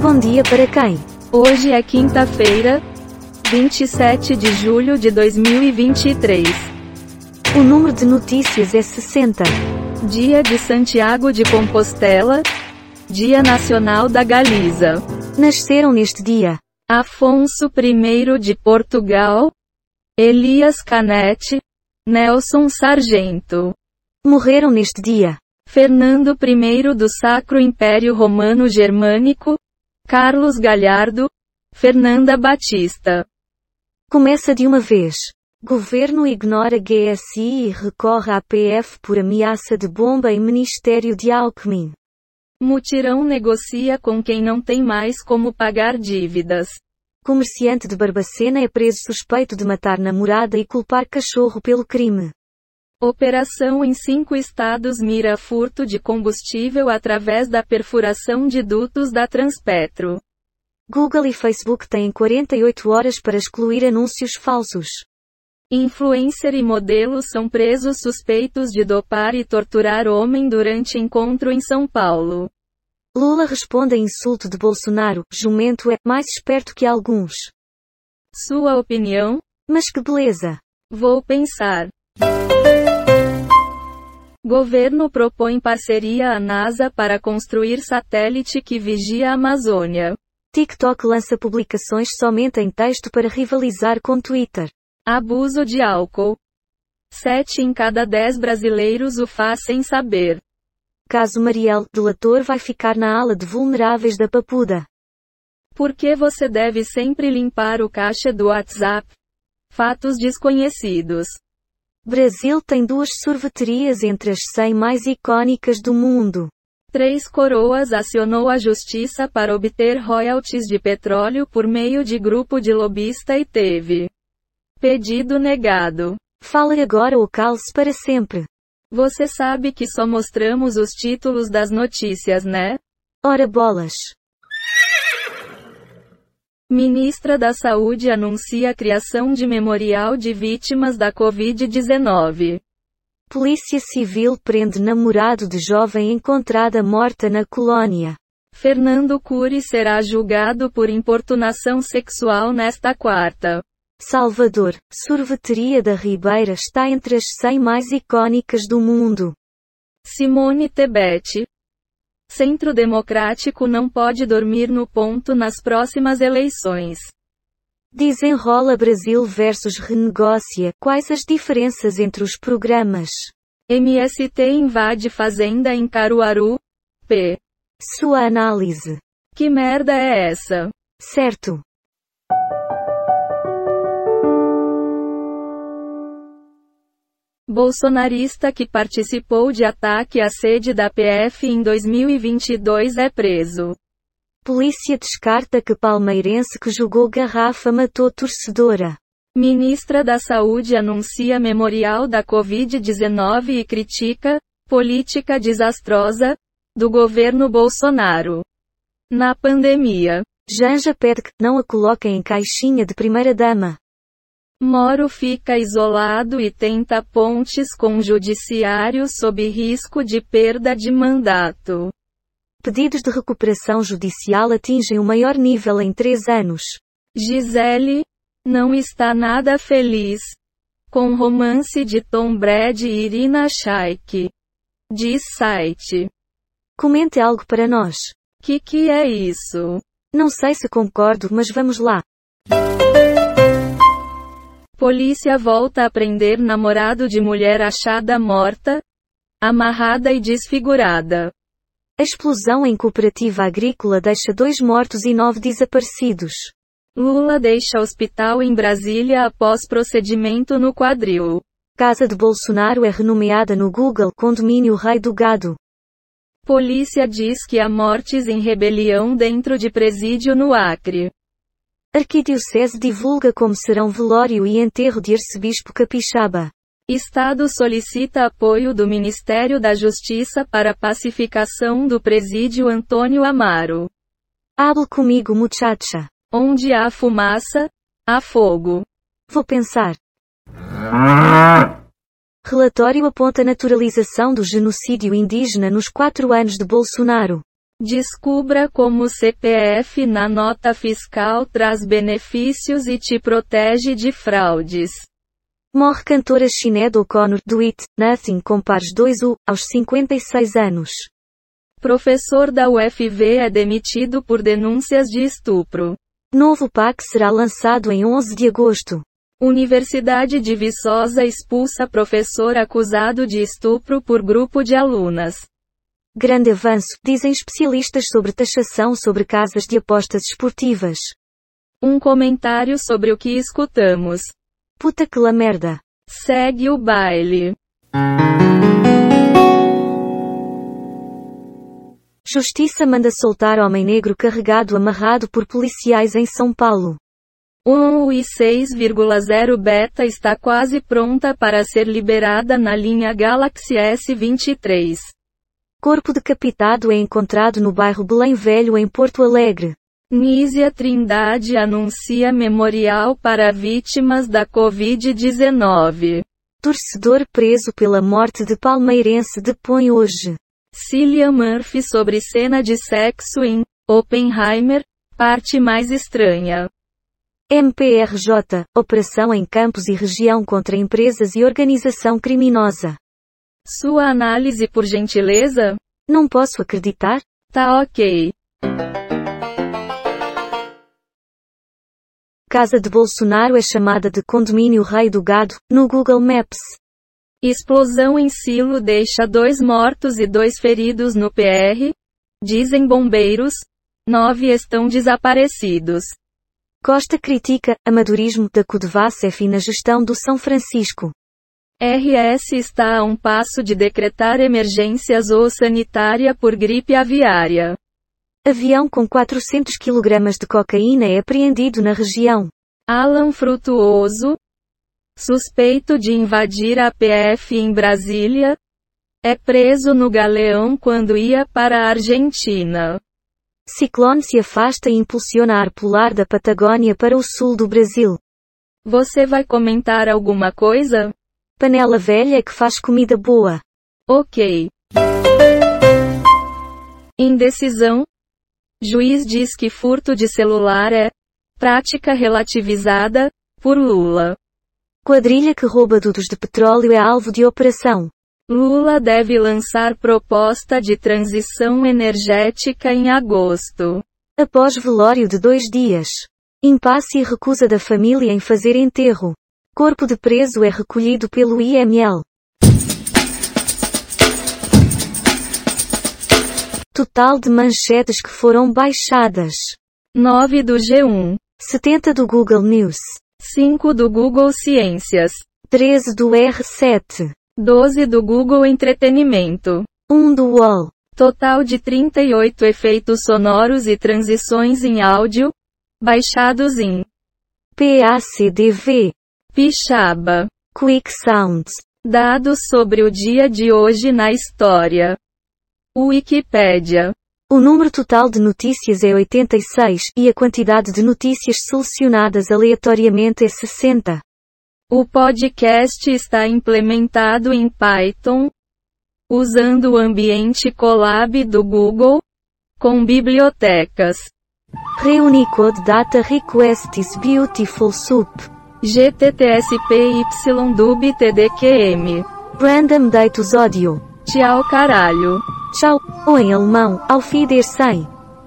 Bom dia para quem? Hoje é quinta-feira, 27 de julho de 2023. O número de notícias é 60. Dia de Santiago de Compostela, Dia Nacional da Galiza. Nasceram neste dia Afonso I de Portugal, Elias Canetti, Nelson Sargento. Morreram neste dia Fernando I do Sacro Império Romano Germânico, Carlos Galhardo, Fernanda Batista. Começa de uma vez. Governo ignora GSI e recorre à PF por ameaça de bomba em Ministério de Alckmin. Mutirão negocia com quem não tem mais como pagar dívidas. Comerciante de Barbacena é preso suspeito de matar namorada e culpar cachorro pelo crime. Operação em cinco estados mira furto de combustível através da perfuração de dutos da Transpetro. Google e Facebook têm 48 horas para excluir anúncios falsos. Influencer e modelo são presos suspeitos de dopar e torturar homem durante encontro em São Paulo. Lula responde a insulto de Bolsonaro: jumento é mais esperto que alguns. Sua opinião? Mas que beleza! Vou pensar. Governo propõe parceria à NASA para construir satélite que vigia a Amazônia. TikTok lança publicações somente em texto para rivalizar com Twitter. Abuso de álcool. Sete em cada dez brasileiros o faz sem saber. Caso Mariel, delator, vai ficar na ala de vulneráveis da Papuda. Por que você deve sempre limpar o caixa do WhatsApp? Fatos desconhecidos. Brasil tem duas sorveterias entre as 100 mais icônicas do mundo. Três Coroas acionou a justiça para obter royalties de petróleo por meio de grupo de lobista e teve pedido negado. Fale agora ou calce para sempre. Você sabe que só mostramos os títulos das notícias, né? Ora bolas. Ministra da Saúde anuncia a criação de memorial de vítimas da Covid-19. Polícia Civil prende namorado de jovem encontrada morta na colônia. Fernando Cury será julgado por importunação sexual nesta quarta. Salvador, sorveteria da Ribeira está entre as 100 mais icônicas do mundo. Simone Tebet, Centro Democrático não pode dormir no ponto nas próximas eleições. Desenrola Brasil versus Renegócia. Quais as diferenças entre os programas? MST invade fazenda em Caruaru. P. Sua análise. Que merda é essa? Certo. Bolsonarista que participou de ataque à sede da PF em 2022 é preso. Polícia descarta que palmeirense que jogou garrafa matou torcedora. Ministra da Saúde anuncia memorial da Covid-19 e critica política desastrosa do governo Bolsonaro. Na pandemia, Janja pede que não a coloquem em caixinha de primeira-dama. Moro fica isolado e tenta pontes com o judiciário sob risco de perda de mandato. Pedidos de recuperação judicial atingem o maior nível em três anos. Gisele não está nada feliz com romance de Tom Brady e Irina Shayk. Diz site. Comente algo para nós. Que que é isso? Não sei se concordo, mas vamos lá. Polícia volta a prender namorado de mulher achada morta, amarrada e desfigurada. A explosão em cooperativa agrícola deixa dois mortos e nove desaparecidos. Lula deixa hospital em Brasília após procedimento no quadril. Casa de Bolsonaro é renomeada no Google Condomínio Rei do Gado. Polícia diz que há mortes em rebelião dentro de presídio no Acre. Arquidiocese divulga como serão velório e enterro de arcebispo capixaba. Estado solicita apoio do Ministério da Justiça para pacificação do presídio Antônio Amaro. Hable comigo, muchacha. Onde há fumaça, há fogo. Vou pensar. Relatório aponta naturalização do genocídio indígena nos quatro anos de Bolsonaro. Descubra como o CPF na nota fiscal traz benefícios e te protege de fraudes. Morre cantora Sinead O'Connor do It, Nothing Compares 2U, aos 56 anos. Professor da UFV é demitido por denúncias de estupro. Novo PAC será lançado em 11 de agosto. Universidade de Viçosa expulsa professor acusado de estupro por grupo de alunas. Grande avanço, dizem especialistas sobre taxação sobre casas de apostas esportivas. Um comentário sobre o que escutamos. Puta que la merda. Segue o baile. Justiça manda soltar homem negro carregado amarrado por policiais em São Paulo. UI 6,0 Beta está quase pronta para ser liberada na linha Galaxy S23. Corpo decapitado é encontrado no bairro Belém Velho em Porto Alegre. Nízia Trindade anuncia memorial para vítimas da Covid-19. Torcedor preso pela morte de palmeirense depõe hoje. Cillian Murphy sobre cena de sexo em Oppenheimer, parte mais estranha. MPRJ, operação em campos e região contra empresas e organização criminosa. Sua análise por gentileza? Não posso acreditar? Tá ok. Casa de Bolsonaro é chamada de condomínio Rei do Gado, no Google Maps. Explosão em silo deixa dois mortos e dois feridos no PR? Dizem bombeiros. Nove estão desaparecidos. Costa critica amadorismo da Cudvacef na gestão do São Francisco. RS está a um passo de decretar emergência zoossanitária por gripe aviária. Avião com 400 kg de cocaína é apreendido na região. Alan Frutuoso, suspeito de invadir a PF em Brasília, é preso no galeão quando ia para a Argentina. Ciclone se afasta e impulsiona ar polar da Patagônia para o sul do Brasil. Você vai comentar alguma coisa? Panela velha é que faz comida boa. Ok. Indecisão. Juiz diz que furto de celular é prática relativizada por Lula. Quadrilha que rouba dutos de petróleo é alvo de operação. Lula deve lançar proposta de transição energética em agosto. Após velório de dois dias. Impasse e recusa da família em fazer enterro. Corpo de preso é recolhido pelo IML. Total de manchetes que foram baixadas: 9 do G1, 70 do Google News, 5 do Google Ciências, 13 do R7, 12 do Google Entretenimento. 1 do UOL, Total de 38 efeitos sonoros e transições em áudio, baixados em PACDV, Pixaba. Quick Sounds, Dados sobre o dia de hoje na história. Wikipédia. O número total de notícias é 86 e a quantidade de notícias selecionadas aleatoriamente é 60. O podcast está implementado em Python, usando o ambiente Colab do Google, com bibliotecas. Reunicode Data Request is Beautiful Soup. GTTSPYDUBTDQM. Random Datus Audio. Tchau caralho. Tchau, ou em alemão, Auf Wiedersehen.